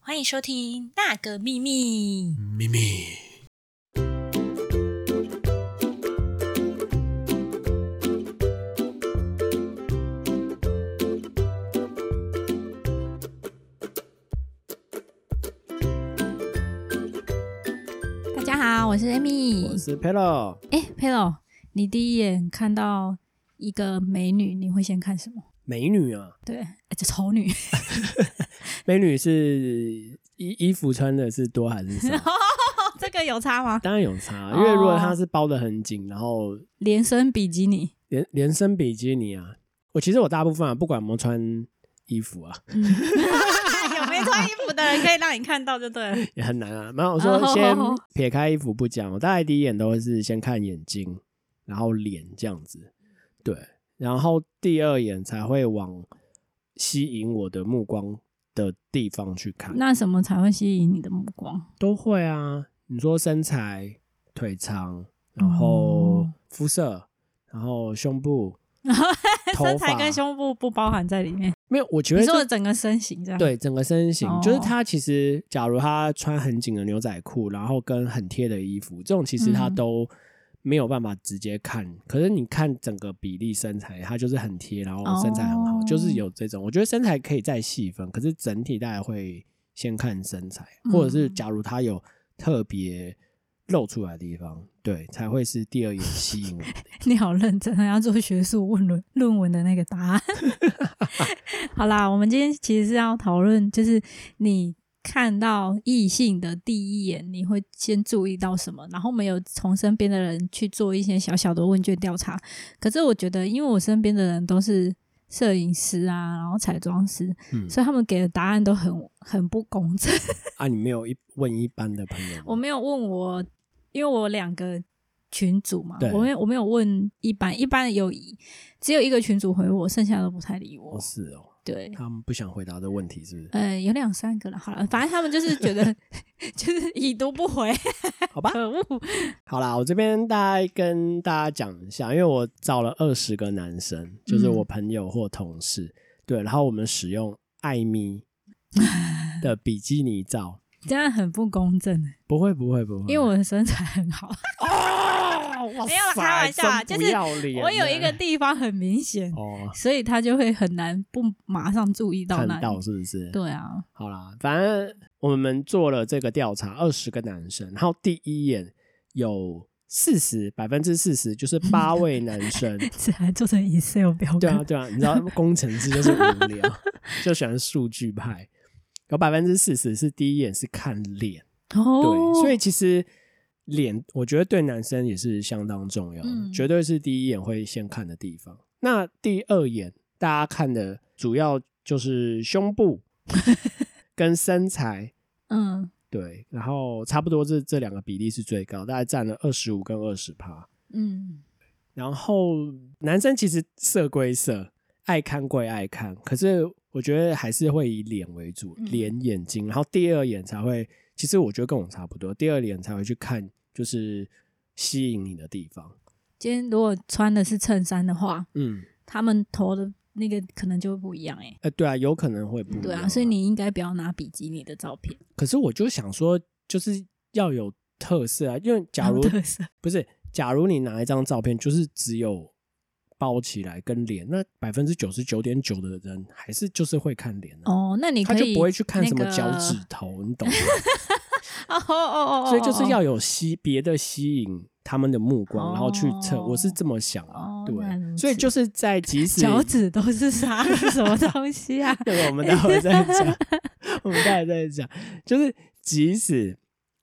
欢迎收听《那个秘密》。咪咪，大家好，我是 Amy，我是 Pelo，哎，Pelo，你第一眼看到一个美女，你会先看什么？美女啊，对，哎这丑女，美女是衣衣服穿的是多还是少？ 这个有差吗？当然有差，啊因为如果她是包的很紧，然后连身比基尼，连连身比基尼啊，我其实我大部分啊，不管有没有穿衣服啊， 嗯、 有没穿衣服的人可以让你看到就对了。也很难啊。没有，我说哦先好好好撇开衣服不讲，我大概第一眼都会是先看眼睛，然后脸这样子，对，然后第二眼才会往吸引我的目光的地方去看。那什么才会吸引你的目光？都会啊。你说身材、腿长，然后哦、肤色，然后胸部 头身发材跟胸部不包含在里面。没有，我觉你得说这的整个身形这样？，对整个身形，就是啊哦他其实，假如他穿很紧的牛仔裤，然后跟很贴的衣服，这种其实他嗯都没有办法直接看。可是你看整个比例身材，他就是很贴，然后身材很好，哦就是有这种。我觉得身材可以再细分，可是整体大概会先看身材，嗯或者是假如他有特别露出来的地方，对，才会是第二眼吸引我 的地方。你好认真，啊还要做学术论文论文的那个答案。 好啦，我们今天其实是要讨论，就是你看到异性的第一眼，你会先注意到什么？然后我们有从身边的人去做一些小小的问卷调查。可是我觉得，因为我身边的人都是摄影师啊，然后彩妆师，嗯所以他们给的答案都很很不公正。啊，你没有一问一般的朋友吗，我没有问我，因为我有两个群组嘛对，我没有我没有问一般，一般有一只有一个群组回我，剩下都不太理我哦。是哦，对，他们不想回答的问题是不是？呃，有两三个了，好了，反正他们就是觉得 就是已读不回， 好吧，可恶。好啦，我这边大概跟大家讲一下，因为我找了二十个男生，就是嗯我朋友或同事，对，然后我们使用艾米 的比基尼照，这样很不公正，不会不会不会，因为我的身材很好，哦，哇塞没有啦开玩笑啦真就是不要脸我有一个呢地方很明显，哦，所以他就会很难不马上注意到看那到里。是不是？对啊，好啦，反正我们做了这个调查，二十个男生，然后第一眼有四十百分之四十，就是八位男 生。这还做成 Excel 表格，对啊，对啊，你知 道工程师就是无聊，就喜欢数据派。有百分之四十是第一眼是看脸，哦，对，所以其实脸我觉得对男生也是相当重要的，嗯绝对是第一眼会先看的地方。那第二眼大家看的主要就是 胸部跟身材，嗯对，然后差不多这这两个比例是最高，大概占了二十五跟二十趴。嗯。然后男生其实色归色，爱看归爱看，可是我觉得还是会以脸为主，嗯脸、眼睛，然后第二眼才会，其实我觉得跟我差不多，第二眼才会去看就是吸引你的地方。今天如果穿的是衬衫的话，嗯，他们头的那个可能就会不一样哎、欸。呃，对啊，有可能会不一对样啊，所以，你应该不要拿比基尼的照片，可是我就想说，就是要有特色啊，因为假如有特色不是，假如你拿一张照片，就是只有包起来跟脸，那百分之九十九点九的人还是就是会看脸啊 的、哦。那你他可就以不会去看那什么个脚趾头，你懂吗？ 哦哦哦哦，所以就是要有吸别的吸引他们的目光，然后去测。哦我是这么想啊，哦对原来如，此所以就是 在即使脚 趾都是啥什么东西啊？这个我们待会再 讲，我们待会再讲。就是即使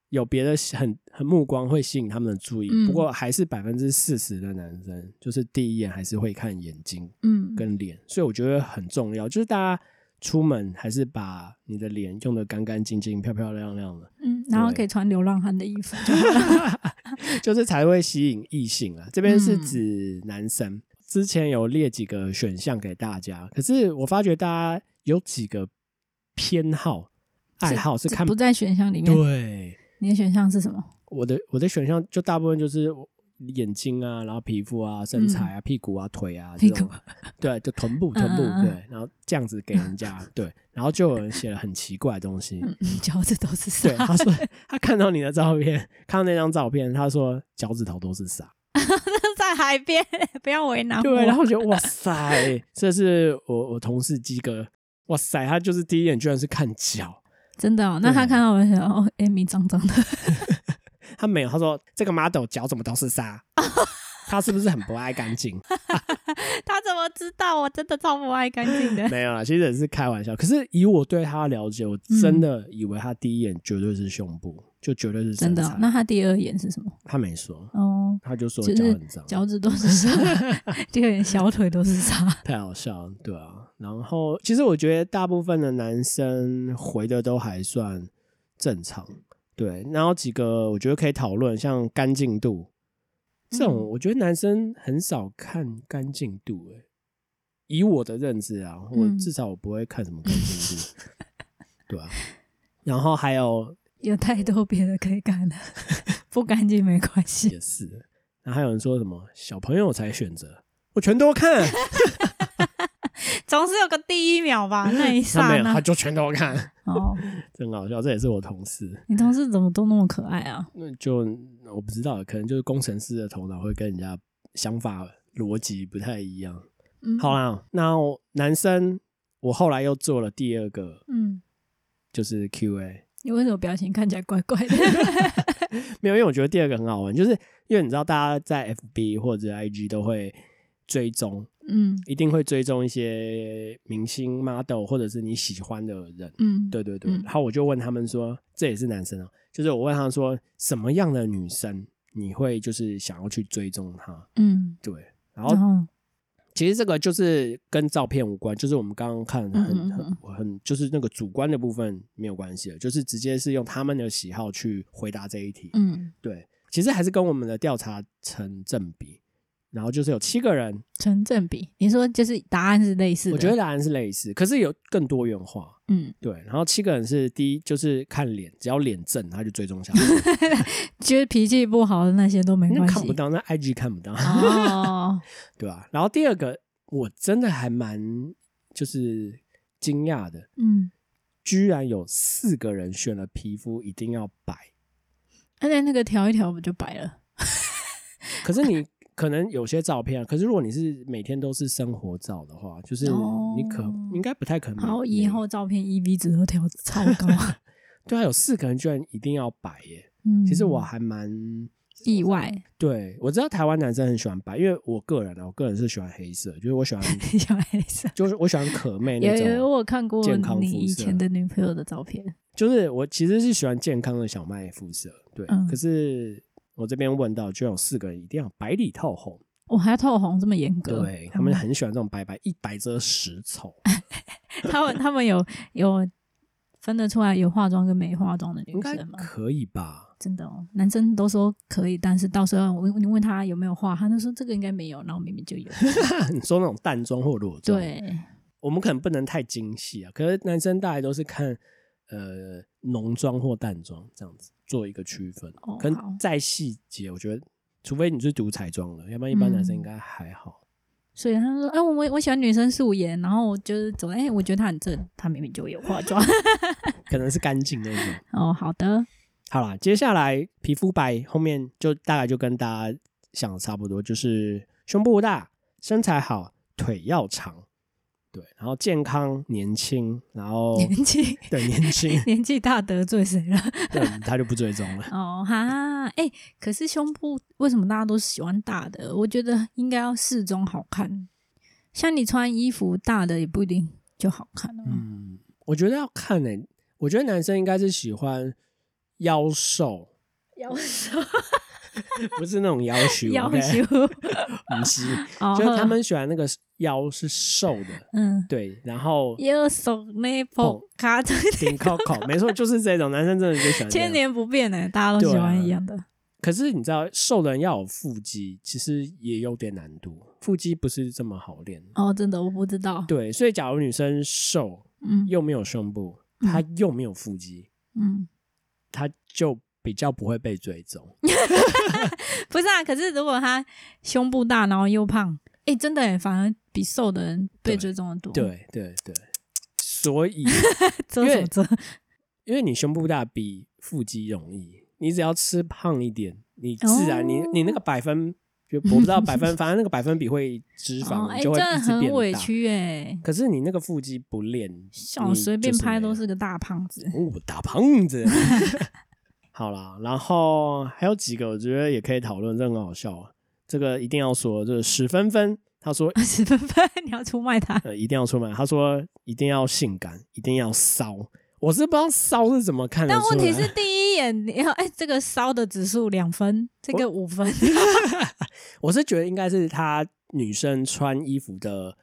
有别的很很目光会吸引他们的注意，嗯不过还是百分之四十的男生，就是第一眼还是会看眼睛嗯，跟脸，所以我觉得很重要，就是大家。出门还是把你的脸用的干干净净、漂漂亮亮的，嗯，然后对可以穿流浪汉的衣服就就是才会吸引异性啊。这边是嗯指男生，之前有列几个选项给大家，可是我发觉大家有几个偏好、 爱好是 看不在选项里面。对，你的选项是什么？ 我的我的选项就大部分就是眼睛啊，然后皮肤啊、身材啊、屁股啊、腿啊这嗯屁股种， 对，就臀部臀部嗯嗯嗯对，然后这样子给人家对，然后就有人写了很奇怪的东西，嗯脚趾都是沙对，，他说他看到你的照片，看到那张照片，他说脚趾头都是沙， 在海边，不要为难我。 对，然后我觉得哇塞，这是我我同事鸡哥，哇塞，他就是第一眼居然是看脚，真的、哦，那他对看到我就想，哦，Amy 脏脏的， 他没有，他说这个 model 脚怎么都是沙，他是不是很不爱干净？ 他怎么知道我真的超不爱干净的？没有啦，其实也是开玩笑。可是以我对他的了解，我嗯真的以为他第一眼绝对是胸部，就绝对是真身的材。哦、那他第二眼是什么？他没说，哦，他就说就是脚很脏，脚趾都是沙， 第二眼小腿都是沙。太好笑了，对啊。然后其实我觉得大部分的男生回的都还算正常，对。然后几个我觉得可以讨论，像干净度这种，嗯我觉得男生很少看干净度、欸，以我的认知啊，我嗯至少我不会看什么干净度， 对啊。然后还有 有太多别的可以干 了，不干净没关系。也是，然后还有人说什么小朋友才选择，我全 都看，总是有个第一秒 吧，那一他刹没有，那他。就全都看， 哦，真好笑。这也是我同事，你同事怎么都那么可爱啊？那就我不知道，可能就是工程师的头脑会跟人家想法逻辑不太一样。嗯，好，啦，那我男生，我后来又做了第二个，嗯，就是 Q&A，你为什么表情看起来怪怪的？没有，因为我觉得第二个很好玩，就是因为你知道大家在 FB 或者 IG 都会追踪， 嗯一定会追踪一些明星 model 或者是你喜欢的人。嗯，对对对，嗯然后我就问他们说，这也是男生啊，就是我问他们说，什么样的女生你会就是想要去追踪她？嗯，对，然后然后其实这个就是跟照片无关，就是我们刚刚看嗯很嗯很很就是那个主观的部分没有关系了，就是直接是用他们的喜好去回答这一题。嗯，对，其实还是跟我们的调查成正比。然后就是有七个人，成正比，你说就是答案是类似的，我觉得答案是类似，可是有更多元化。嗯，对，然后七个人是第一，就是看脸，只要脸正，他就追踪下去。就是脾气不好的那些 都没那关系，看不到，那 IG 看不到，哦，对吧、然后第二个，我真的还蛮就是惊讶的，嗯，居然有四个人选了皮肤一定要白。而且那个调一调不就白了？可是 你可能有些照片啊，可是如果你是每天都是生活照的话，就是哦你可、应该不太可能。然后哦以后照片 EV 值都调超 高，对啊，有四个人居然一定要白耶！嗯，其实我还蛮意外，对，我知道台湾男生很喜欢白，因为我个人啊，我个人是喜欢黑色，就是我 喜欢，。小黑色就是我喜欢可妹有那有，有种，我有看过健康你肤以色前的女朋友的照片，就是我其实是喜欢健康的小麦肤色，对。嗯可是我这边问到，居然有四个人一定要白里透红，我还要透红这么严格，对他们很喜欢这种白白，一白遮十 丑，他们他们有有分得出来有化妆跟没化妆的应女该生吗？可以吧？ 真的哦，男生都说可以，但是到时候我你问他有没有画，他就说这个应该没有，然后明明就有。 你说那种淡妆或裸妆，，对，我们可能不能太精细啊。可是男生大概都是看呃浓妆或淡妆这样子做一个区分，哦可好能再细节，我觉得除非你是读彩妆的，要不然一般男生嗯应该还好。所以他就说，哎、我我喜欢女生素颜，然后我就是走，哎、我觉得她很正，她明明就有化妆。 可能是干净那种。哦，好的，好啦，接下来皮肤白后面就大概就跟大家想的差不多，就是胸部大、身材好、腿要长，对，然后健康、年轻，然后年纪对年轻， 年纪大得罪谁了？对他就不追踪了。 哦哈，哎、可是胸部为什么大家都喜欢大的？我觉得应该要适中好看，像你穿衣服大的也不一定就好看哦。 嗯，我觉得要看呢、欸我觉得男生应该是喜欢腰瘦，腰瘦， 不是那种腰 修，腰 OK？修， 不是，哦啊就是他们喜哦欢那个腰是瘦的，嗯。对，然 后右手那破啊卡着，挺靠靠，没错，就是这种男生真的就喜欢这样千年不变呢、大家都喜欢一样的。可是你知道，瘦的人要有腹肌，其实也有点难度，腹肌不是这么好练。哦，真的我不知道。对，所以假如女生瘦嗯又没有胸部，嗯她又没有腹肌，嗯，她就比较不会被追踪。不是啊，可是如果他胸部大，然后又胖，哎、真的耶，反而比瘦的人被对追踪的多。，对对对，所以 遮什因为么遮？因为你胸部大比腹肌容易，你只要吃胖一点，你自然、你哦你那个百分就我不知道百分，反正那个百分比会脂 哦肪哎、你就真会的一直很委变大。屈哎、可是你那个腹肌不练，我你随便就是拍没都有是个大胖子。哦，大胖 子。 好啦，然后还有几个我觉得也可以讨论，这很好笑啊。这个一定要说，就是史芬芬，他说十分分， 你要出卖他？呃一定要出门，他说一定要性感，一定要骚。我是不知道骚是怎么看得但出来，问题是，第一眼你要哎、这个烧的指数两分，这个五分， 我是觉得应该是她女生穿衣服的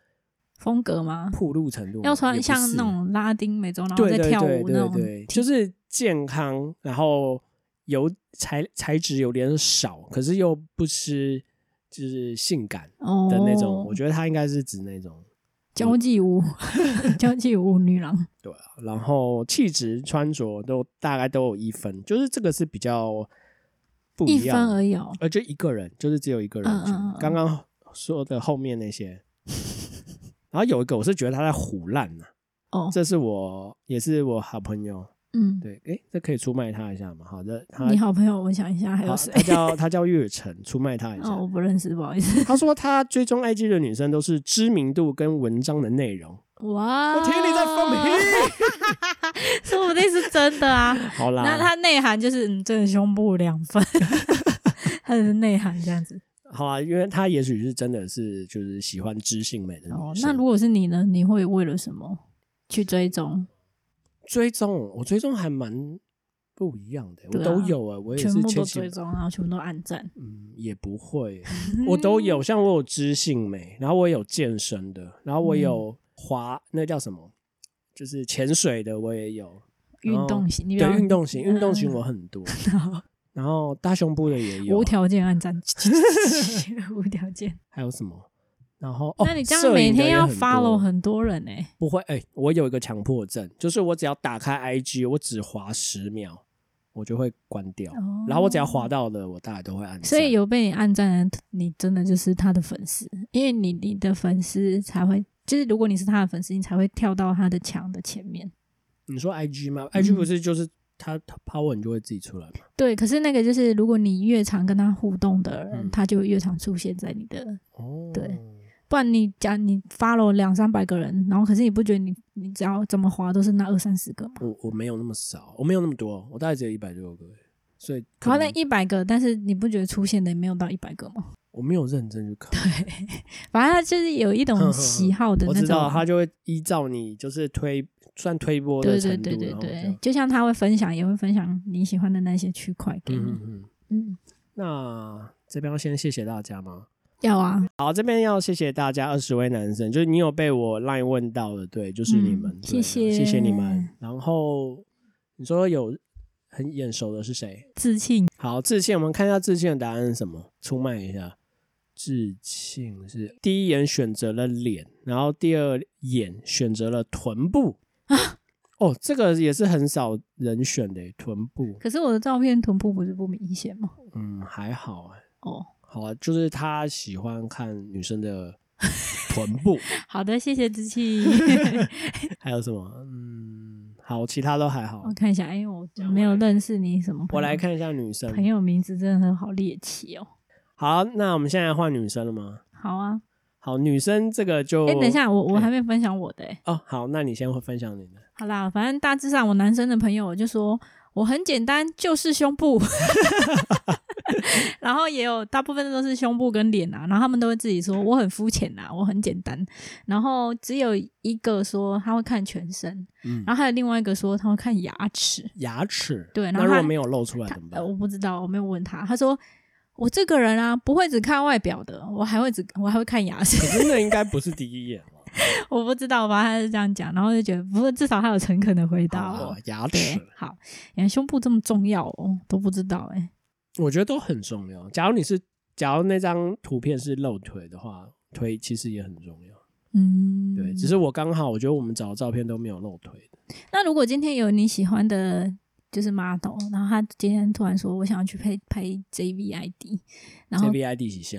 风格吗？暴露程度嘛，要穿也不像是那种拉丁美洲，然后对再对跳对舞那对种，对，就是健康，然后有材材质有点少，可是又不失就是性感哦的那种。我觉得她应该是指那种交际 舞，交际舞女郎，对啊，然后气质穿着都大概都有一分，就是这个是比较不一一样分的而已哦。呃，就一个人，就是只有一个人嗯嗯选嗯嗯刚刚说的后面那些，然后有一个我是觉得他在胡乱呢、哦，这是我也是我好朋友，嗯，对，诶，这可以出卖他一下嘛？好的，他你好朋友，我想一下还有好谁他？叫他叫月晨，出卖他一下。哦，我不认识，不好意思。他说他追踪 IG 的女生都是知名度跟文章的内容。哦哇， 我听你在放屁。 说不定是真的啊。好啦，那它内涵就是，嗯，这个胸部两分， 它的内涵这样子。好啊，因为他也许是真的是就是喜欢知性美的女生。哦，那如果是你呢？你会为了什么去追踪？追踪我追踪还蛮不一样的，我对啊都有啊，我也全是部前都期追踪，然后全部都按赞。嗯也不 会，我都有，像我有知性美，然后我有健身的，然后我嗯有滑那叫什么，就是潜水的我也有，运动型，你不哦对要运动型运动型嗯我 很多，好然后大胸部的也有无啊，条件按赞， 无条件。还有什么？然后哦，那你这样摄每影的天也要很多 follow 很多人欸呢、不会，哎、我有一个强迫症，就是我只要打开 IG，我只滑十秒，我就会关掉。哦然后我只要滑到的，我大概都会按赞。所以有被你按赞的，你真的就是他的粉丝，因为你你的粉丝才会，就是如果你是他的粉丝，你才会跳到他的墙的前面。你说 IG 吗？IG 嗯不是就是它它 power 你就会自己出来吗？对，可是那个就是，如果你越常跟他互动的人，嗯他就越常出现在你的。哦，对，不然你讲你 follow 两三百个人，然后可是你不觉得你你只要怎么滑都是那二三十个吗？我我没有那么少，我没有那么多，我大概只有一百多个，所以可好，那能一百个，但是你不觉得出现的也没有到一百个吗？我没有认真去看。反正他就是有一哼哼种 哼喜好的我那知种，道它就会依照你就是推算推波的对程对对度，对然后这对样，就像他会分享，也会分享你喜欢的那些区块给嗯嗯你。嗯。嗯，那这边要先谢谢大家吗？要啊，好，这边要谢谢大家二十位男生，就是你有被我 line 问到的，对，就是你们，嗯对啊谢谢谢谢你们。然后你说有很眼熟的是谁？自信好，志庆，我们看一下志庆的答案是什么，出卖一下。志庆是第一眼选择了脸，然后第二眼选择了臀部。啊哦，这个也是很少人选的臀部，可是我的照片臀部不是不明显吗？嗯，还好啊。哦，好啊，就是他喜欢看女生的 臀部。好的，谢谢志 气。还有什么？嗯，好，其他都还好我。看一下，哎、我没有认识你什么朋友。我来看一下女朋生。友名字，真的好猎奇哦。好，那我们现在换女生了吗？好啊，好，女生这个就……哎、等一下，我我还没分享我的、哎，哦，好，那你先会分享你的。好啦，反正大致上我男生的朋友我就说我很简单，就是胸部， 然后也有大部分都是胸部跟脸啊，然后他们都会自己说我很肤浅啊，我很简单，然后只有一个说他会看全身，嗯，然后还有另外一个说他会看牙齿，牙齿。对然那后如果他没有露出来怎么呃，办？我不知道，我没有问他。他说我这个人啊，不会只看外表的，我还会只我还会看牙齿 可。是那应该不是第一眼 了。我不知道吧，他是这样讲，然后就觉得不过至少他有诚恳的回答好我好。哦牙齿对，，好，原来胸部这么重要哦，都不知道哎、我觉得都很重要。假如你是，假如那张图片是露腿的话，腿其实也很重要。嗯，对，只是我刚好，我觉得我们找的照片都没有露腿的。那如果今天有你喜欢的就是 model，然后他今天突然说我想要去拍拍 JVID，然后 JVID 几下？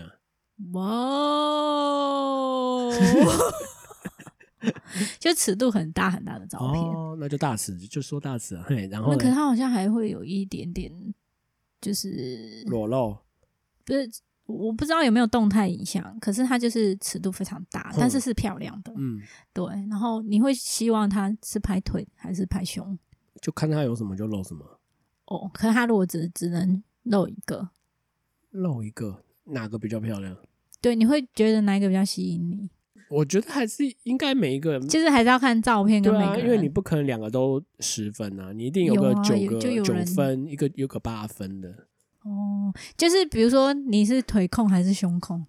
哇哦， 就尺度很大很大的照片。哦，那就大尺，就说大尺啊，嘿，然后那可是呢他好像还会有一点点，就是裸露，不是我不知道有没有动态影像，可是它就是尺度非常大，但是是漂亮的。嗯，对，然后你会希望他是拍腿还是拍胸？就看他有什么就露什么，哦，可是他如果只只能露一个，露一个哪个比较漂亮？对，你会觉得哪一个比较吸引你？我觉得还是应该每一个人。就是还是要看照片跟对每啊，个人。因为你不可能两个都十分啊，你一定有个啊九有个就有九人分，一个有个八分的。哦，就是比如说你是腿控还是胸控？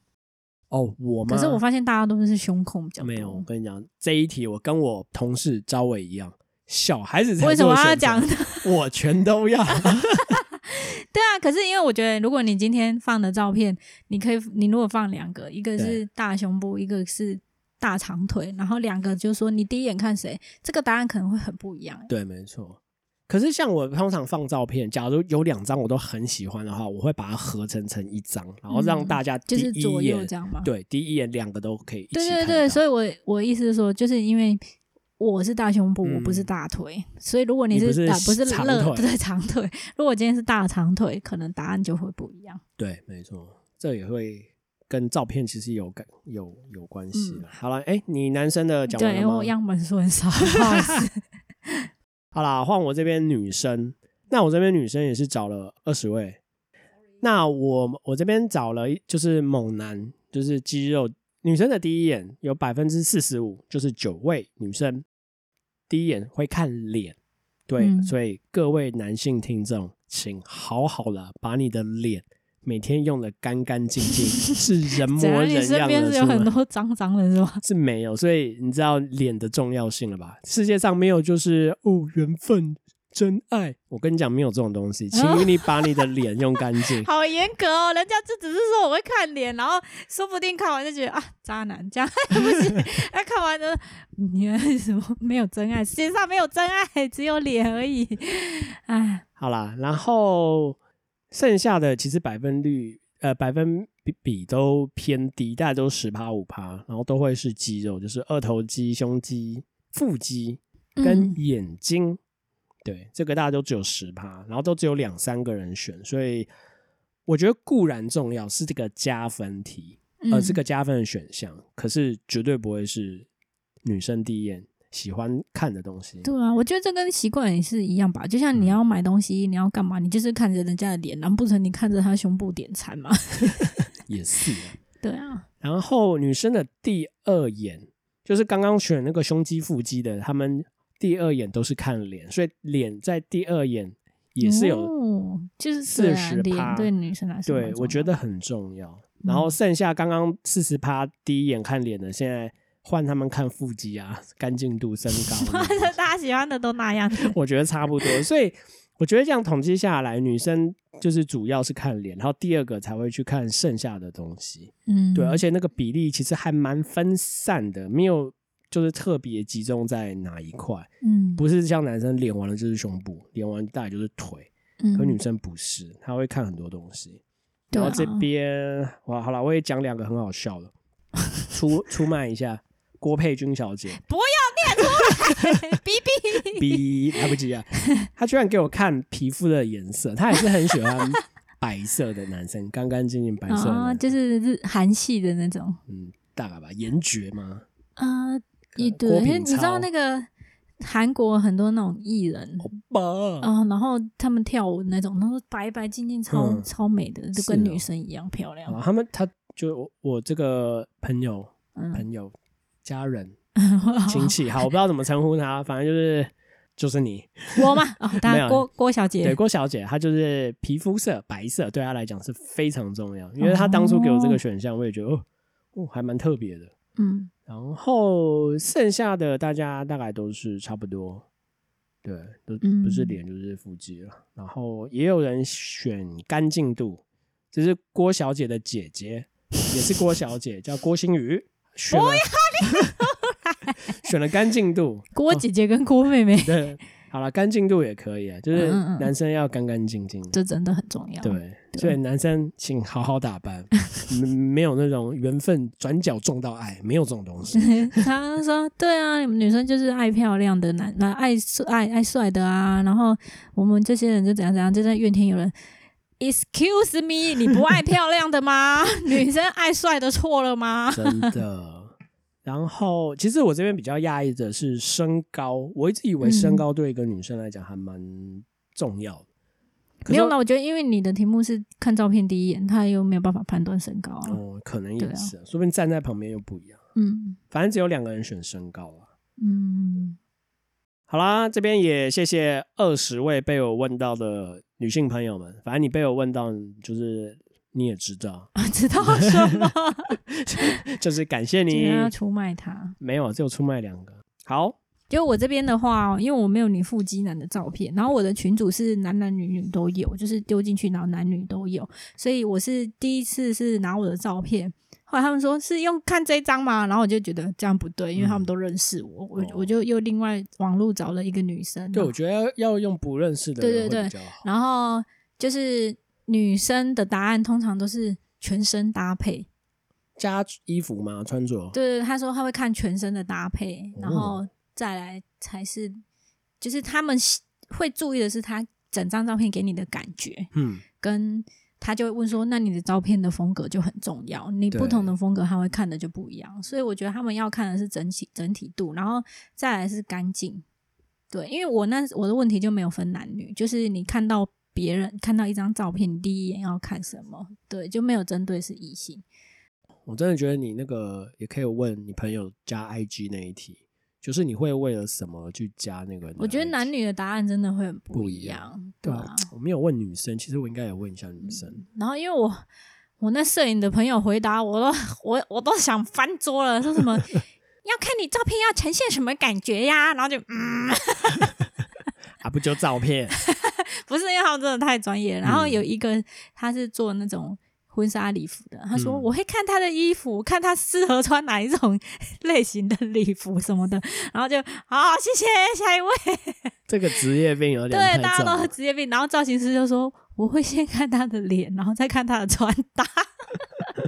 哦，我吗？可是我发现大家都是胸控比较多没有，我。跟你讲，这一题我跟我同事招伟一样，小孩子才为什做么要选择讲？？我全 都要。对啊，可是因为我觉得，如果你今天放的照片，你可以，你如果放两个，一个是大胸部，一个是大长腿，然后两个就说你第一眼看谁，这个答案可能会很不一样、欸对，没错。可是像我通常放照片，假如有两张我都很喜欢的话，我会把它合成成一张，然后让大家第嗯就是一左右眼、这样嘛。对第一眼两个都可以一起对对看对，到所以我我意思是说，就是因为我是大胸部，嗯我不是大腿，所以如果你你是不是啊不是长乐 腿对长腿，如果今天是大长腿，可能答案就会不一样。对，没错，这也会跟照片其实有感有有关系啦、好了，哎，你男生的讲完嗯对，了因为我吗？样本数很少，不好意 思好啦，换我这边女生，那我这边女生也是找了二十位，那我我这边找了一就是猛男，就是肌肉女生的第一眼有百分之四十五，就是九位女生第一眼会看脸，对，嗯所以各位男性听众，请好好的把你的脸每天用的干干净 净，是人怎模样？你人身样边的是有出很门。多脏脏的是吗？。是没有，所以你知道脸的重要性了吧？世界上没有就是哦缘分、真爱，我跟你讲没有这种东西，请你把你的脸用干净 好严格哦，人家就只是说我会看脸，然后说不定看完就觉得啊，渣男这样 不行。那看完就你为什么没有真爱？世界上没有真爱，只有脸而已。 哎，好啦，然后剩下的其实百分率呃百分比比都偏低，大概都十趴五趴，然后都会是肌肉，就是二头肌、胸肌、腹肌跟嗯眼睛。对，这个大家都只有十趴，然后都只有两三个人选，所以我觉得固然重要是这个加分题，呃，嗯这个加分的选项，可是绝对不会是女生第一眼喜欢看的东西。对啊，我觉得这跟习惯也是一样吧。就像你要买东西，你要干嘛，你就是看着人家的脸，难不成你看着他胸部点餐吗？也是啊、 对啊，然后女生的第二眼，就是刚刚选那个胸肌、腹肌的，他们第二眼都是看脸，所以脸在第二眼也是有。哦、就是对啊40%脸对女生来说蛮重对要，嗯的，我觉得很重要。然后剩下刚刚四十趴第一眼看脸的，现在换他们看腹肌啊、干净度、身高那 种。大家喜欢的都那样。我觉得差不多。所以我觉得这样统计下来，女生就是主要是看脸，然后第二个才会去看剩下的东西。嗯，对，而且那个比例其实还蛮分散的，没有就是特别集中在哪一块，嗯，不是像男生脸完了就是胸部，脸完大概就是腿，可嗯女生不是，她会看很多东西。对然啊后这边哇，好了，我也讲两个很好笑的，出出卖一下郭佩君小姐。比比。逼，来不及啊！他居然给我看皮肤的颜色，他也是很喜欢白色的男生，干干净净白色的啊、男生，就是日韩系的那种。嗯，大概吧，颜爵嘛，啊，也对，郭因品为你知超道那个韩国很多那种艺人，吧，啊、然后他们跳舞那种，然后白白净净超、嗯超美的，就是跟哦女生一样漂亮。啊，他们他就我我这个朋友嗯，朋友家人 亲戚，好，我不知道怎么称呼他，反正就是就是你，我嘛，哦，当没然有郭郭小对姐，郭小姐，她就是皮肤色白色，对她来讲是非常重要，因为她当初给我这个哦选项，我也觉得哦哦还蛮特别的。嗯，然后剩下的大家大概都是差不多，对，都嗯不是脸就是腹肌了。然后也有人选干净度，这是郭小姐的姐姐，也是郭小姐，叫郭新宇，选了 选了干净度，郭姐姐跟郭妹妹，对，好了，干净度也可以啊，就是嗯嗯嗯男生要干干净净的。这真的哦很重要。，对，对所以男生请好好 打扮，没没有那种缘分转角撞到爱，没有这种东西。他们说对啊，你们女生就是爱漂亮的男，那爱帅爱爱帅的啊。然后我们这些人就怎样怎样，就在怨天尤人。Excuse me，你不爱漂亮的 吗？女生爱帅的错了吗？真 的。然后，其实我这边比较讶异的是身高，我一直以为身嗯高对一个女生来讲还蛮重要的。可没是有啦，我觉得因为你的题目是看照片第一眼，他又没有办法判断身高啊。哦，可能也对啊是啊，说不定站在旁边又不一样。嗯反正只有两个人选身高啊。嗯，好啦，这边也谢谢二十位被我问到的女性朋友们。反正你被我问到，就是你也 知道，嗯知道什么？就是感谢今 你天。要出卖他。没有，只有出卖两个。好，就我这边的话，因为我没有你腹肌男的照片，然后我的群主是男男女女都有，就是丢进去然后男女都有，所以我是第一次是拿我的照片，后来他们说是用看这张吗？然后我就觉得这样不对，因为他们都认识我，我哦我就又另外网路找了一个女生，对我觉得要用不认识的嗯对人对会比对较好。然后就是女生的答案通常都是全身搭配，加衣服嘛，穿着。对对，他说他会看全身的搭配，然后再来才是，就是他们喜会注意的是他整张照片给你的感觉，嗯，跟他就会问说，那你的照片的风格就很重要，你对不同的风格他会看的就不一样，所以我觉得他们要看的是整体整体度，然后再来是干净。对，因为我那我的问题就没有分男女，就是你看到别人看到一张照片，你第一眼要看什么？对，就没有针对是异性。我真的觉得你那个也可以问你朋友加 IG 那一题，就是你会为了什么去加那个人的 IG？我觉得男女的答案真的会很不不一一样样，对对啊啊。，我没有问女生，其实我应该也问一下女生。然后因为我我那摄影的朋友回答我都 我我都想翻桌了，说什么要看你照片要呈现什么感觉呀，然后就嗯，啊，不就照片？ 不是因为他们真的太专业了。然后嗯有一个他是做那种。婚纱礼服的，他说嗯我会看他的衣服，看他适合穿哪一种 类型的礼服什么的，然后就好，谢谢下一位。这个职业病有点太对，重大家都了是职业病。然后造型师就说：“我会先看他的脸，然后再看他的穿搭。”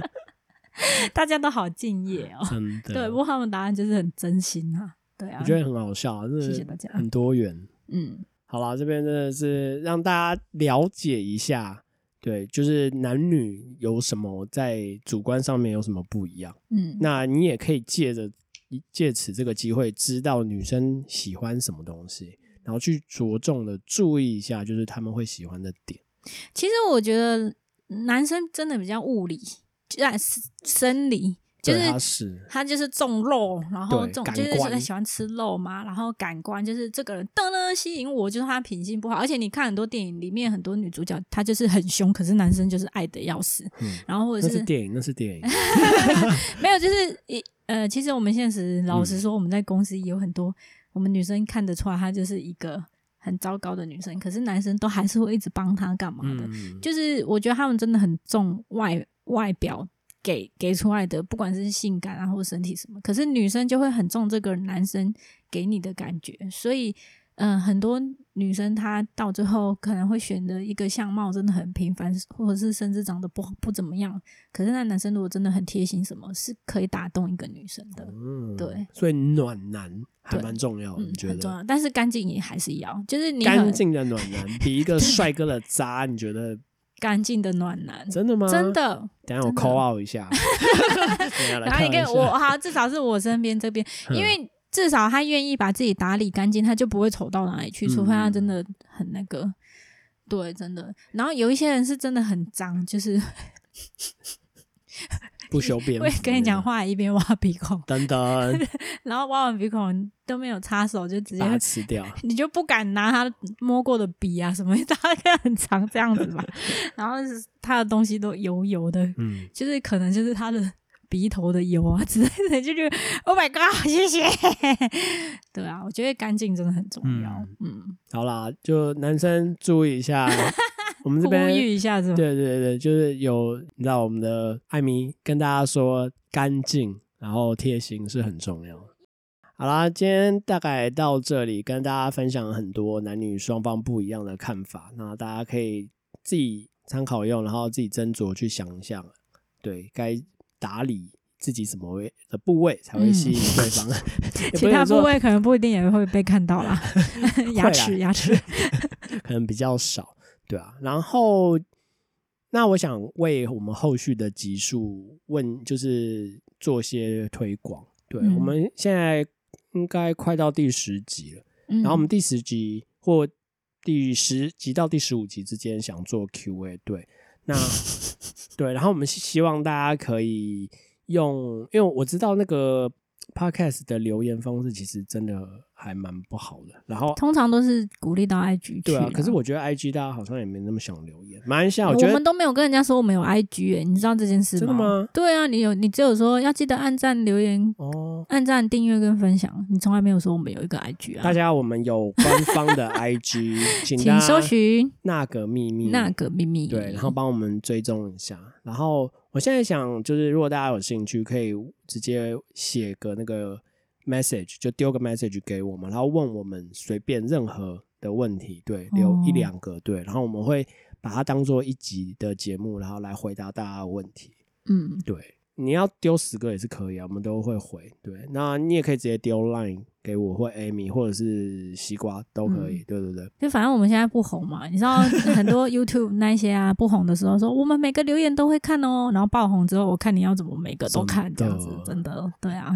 大家都好敬业哦。 真的。对，不我过他们答案就是很真心啊。对啊，啊觉得很好笑，真谢谢大的家。很多元。嗯，好啦，这边真的是让大家了解一下，对，就是男女有什么在主观上面有什么不一样。嗯，那你也可以借着借此这个机会，知道女生喜欢什么东西，然后去着重的注意一下，就是他们会喜欢的点。其实我觉得男生真的比较物理，就啊生生理，就对，是他是他就是重肉，然后对重感就是官喜欢吃肉嘛，然后感官就是这个人噔噔吸引我，就是他品性不好。而且你看很多电影里面很多女主角，她就是很凶，可是男生就是爱的要死，嗯然后或者那是是电影，那 是电影。没有就是一呃，其实我们现实老嗯实说，我们在公司有很多我们女生看得出来，她就是一个很糟糕的女生，可是男生都还是会一直帮她干嘛的。嗯，就是我觉得他们真的很重外外表给给出来的，不管是性感啊或身体什么，可是女生就会很重这个男生给你的感觉，所以嗯、呃很多女生她到最后可能会选择一个相貌真的很平凡，或者是甚至长得不好不怎么样，可是那男生如果真的很贴心，什么是可以打动一个女生的。嗯对，所以暖男还对蛮重要的，嗯你，觉很重得？要，但是干净也还是要，就是你干很净的暖 男比一个帅哥的渣，你觉得干净的暖男，真的吗？真。的，等一下我真的 call out 一下，没有啦然后开你跟玩笑我好，至少是我身边这 边，嗯因为至少他愿意把自己打理干净，他就不会丑到哪里去，嗯除非他真的很那个。对，真的。然后有一些人是真的很脏， 就是不修边幅会那种。跟你讲话一边挖鼻孔，等等，然后挖完鼻孔都没有擦手，就直接把它吃掉。你就不敢拿他摸过的笔啊什么， 大概很长这样子 吧。然后是他的东西都油油的，嗯，就是可能就是他的 鼻头的油啊之类的，就觉得 Oh my God，谢 谢。对啊，我觉得干净真的很重要。嗯，好啦，就男生注意 一下，我们这呼边吁一下是吧？对对对，就是有你知道我们的艾米跟大家说，干净然后贴心是很重要的。好啦，今天大概到这里，跟大家分享很多男女双方不一样的看法，那大家可以自己参考用，然后自己斟酌去想一想，对该打理自己什么位的部位才会吸引对方， 也嗯不其能他部说啊位可能不一定也会被看到 啦，牙齿牙齿，可能比较少，对啊。然后，那我想为我们后续的集数问，就是做些推广。对、嗯我们现在应该快到第十集了，然然后我们第十集或第十集到第十五集之间想做 Q&A，对，那对，然后我们希希望大家可以用，因为我知道那个 podcast 的留言方式其实真的还蛮不好的，然后通常都是鼓励到 IG 去，对啊，可是。我觉得 I G 大家好像也没那么想留言。马来西亚，我觉得们都没有跟人家说我们有 IG，、欸、你知道这件事吗？真的吗对啊，你有，你只有说要记得按赞、留言、哦，按赞、订阅跟分享，你从来没有说我们有一个 IG 啊。大家我们有官方的 I G，请请大家搜寻那个秘密那个秘密。对，然后帮我们追踪一下。然后我现在想，就是如果大家有兴趣，可以直接写个那个 message，就丢个 message 给我们，然后问我们随便任何的问题，对，留一哦两个对，然后我们会把它当做一集的节目，然后来回答大家的问题。嗯，对，你要丢十个也是可以啊，我们都会回。对，那你也可以直接丢 Line 给我或 Amy 或者是西瓜都可嗯以。对对对，就反正我们现在不红嘛，你知 道很多 YouTube 那一些啊不红的时候说我们每个留言都会看哦，然后爆红之后，我看你要怎么每个都看这样子真真的，的对啊。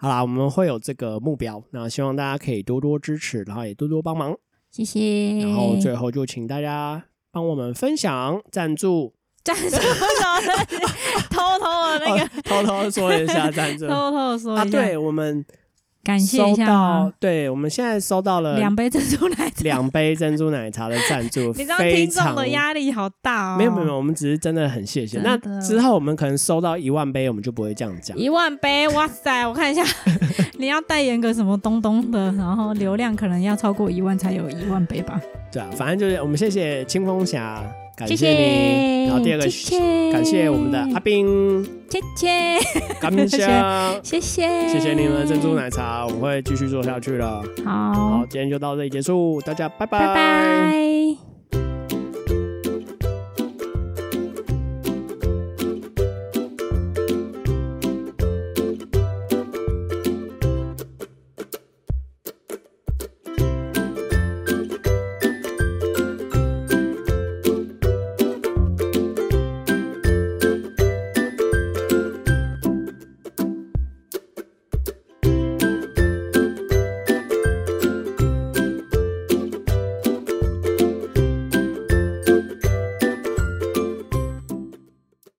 好啦，我们会有这个目标，那希望大家可以多多支持，然后也多多帮忙。谢谢。然后 最后就请大家帮我们分享、赞助，战士为什么在 偷偷的那个哦 偷偷说一下赞助哎 啊，偷偷的说一下？对我们感谢收一下到啊，对我们现在收到了两杯珍珠奶茶。两杯珍珠奶茶的赞助， 你知道听非众常的压力好大哦。没有没有没有，，我们只是真的很谢谢。真那的之后我们可能收到一万杯，我们就不会这样讲。一万杯，哇塞！我 看一下，你要代言个什么东东的，然后流量可能要超过一万才有一万杯吧。对啊，反正就是我们谢谢清风侠，感谢谢你。谢然后第二个谢谢感谢我们的阿冰，切切，感谢， 谢谢，谢谢你们的珍珠。奶茶，我们会继续做下去了。好好，，今天就到这里结束，大家拜哦拜拜。